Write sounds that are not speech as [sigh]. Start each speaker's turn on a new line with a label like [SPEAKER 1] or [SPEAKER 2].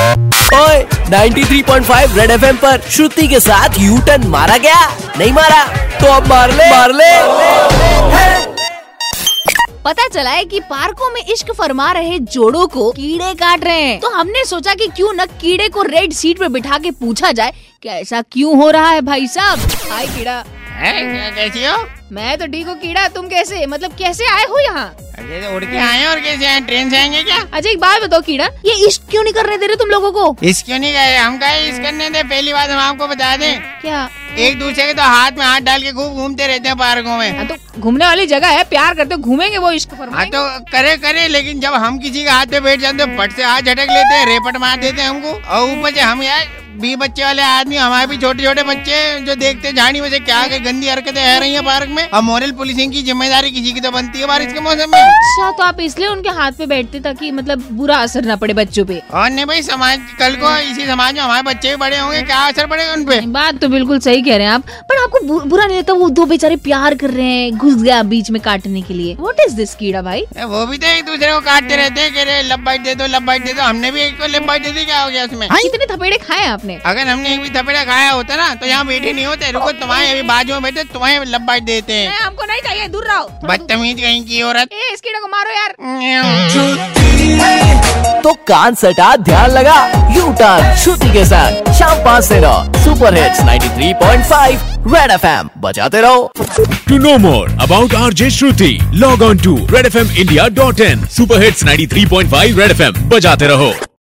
[SPEAKER 1] ओए 93.5 red FM पर श्रुति के साथ यू टर्न मारा गया नहीं मारा तो अब मार ले मार ले
[SPEAKER 2] पता चला है कि पार्कों में इश्क फरमा रहे जोड़ों को कीड़े काट रहे हैं तो हमने सोचा कि क्यों न कीड़े को रेड सीट पे बिठा के पूछा जाए कि ऐसा क्यों हो रहा है भाई साहब हाय कीड़ा
[SPEAKER 3] हैं? कैसी हो
[SPEAKER 2] मैं तो ठीक हूँ कीड़ा तुम कैसे मतलब कैसे आए हो यहाँ
[SPEAKER 3] अरे तो उड़ के आए और कैसे आए ट्रेन से आएंगे क्या
[SPEAKER 2] अच्छा एक बात बताओ कीड़ा ये इश्क क्यों नहीं कर रहे दे रहे तुम लोगों को
[SPEAKER 3] इस क्यों नहीं गए हम गए इस करने दे पहली बात हम आपको बता दें
[SPEAKER 2] क्या
[SPEAKER 3] एक दूसरे के तो हाथ में हाथ डाल के खूब घूमते रहते हैं पार्कों में
[SPEAKER 2] हाँ, तो घूमने वाली जगह है प्यार करते घूमेंगे वो इश्क
[SPEAKER 3] हाँ
[SPEAKER 2] फरमाएंगे
[SPEAKER 3] तो करे करे लेकिन जब हम किसी के हाथ पे बैठ जाते हैं फट से हाथ झटक लेते हैं रेपट मार देते हैं हमको और ऊपर से हम यार बी बच्चे वाले आदमी हमारे भी छोटे छोटे बच्चे हैं जो देखते हैं झाड़ी में से क्या क्या गंदी हरकतें है रही हैं पार्क में और मोरल पुलिसिंग की जिम्मेदारी किसी की तो बनती है बारिश के मौसम में
[SPEAKER 2] अच्छा तो आप इसलिए उनके हाथ पे बैठते ताकि मतलब बुरा असर ना पड़े बच्चों पे
[SPEAKER 3] और नहीं भाई समाज कल को इसी समाज में हमारे बच्चे भी बड़े होंगे क्या असर पड़ेगा उन पे
[SPEAKER 2] [laughs] बात तो बिल्कुल सही कह रहे हैं आप पर आपको बु- बुरा नहीं लगता वो दो बेचारे प्यार कर रहे हैं घुस गया बीच में काटने के लिए व्हाट इज दिस कीड़ा भाई
[SPEAKER 3] ए, वो भी तो एक दूसरे को काटते रहते हैं कह रहे लब बाइट दे दो लब बाइट दे दो हमने भी एक को लब बाइट दे दी क्या हो गया उसमें
[SPEAKER 2] कितने थपेड़े खाए आपने
[SPEAKER 3] अगर हमने एक भी थपेड़ा खाया होता ना तो यहाँ बैठे नहीं होते रुको तुम्हारे अभी बाजू में बैठे तुम्हें लब बाइट देते हैं
[SPEAKER 2] हमको नहीं चाहिए दूर रहो
[SPEAKER 3] बदतमीज कहीं की औरत
[SPEAKER 2] ए इस कीड़े को मारो यार
[SPEAKER 1] तो कान सटा ध्यान लगा यू टर्न श्रुति के साथ शाम पाँच से नौ सुपर हिट्स 93.5 रेड एफएम बजाते रहो
[SPEAKER 4] To know more about RJ Shruti, log on to redfmindia.in. Super hits 93.5 Red FM. बजाते रहो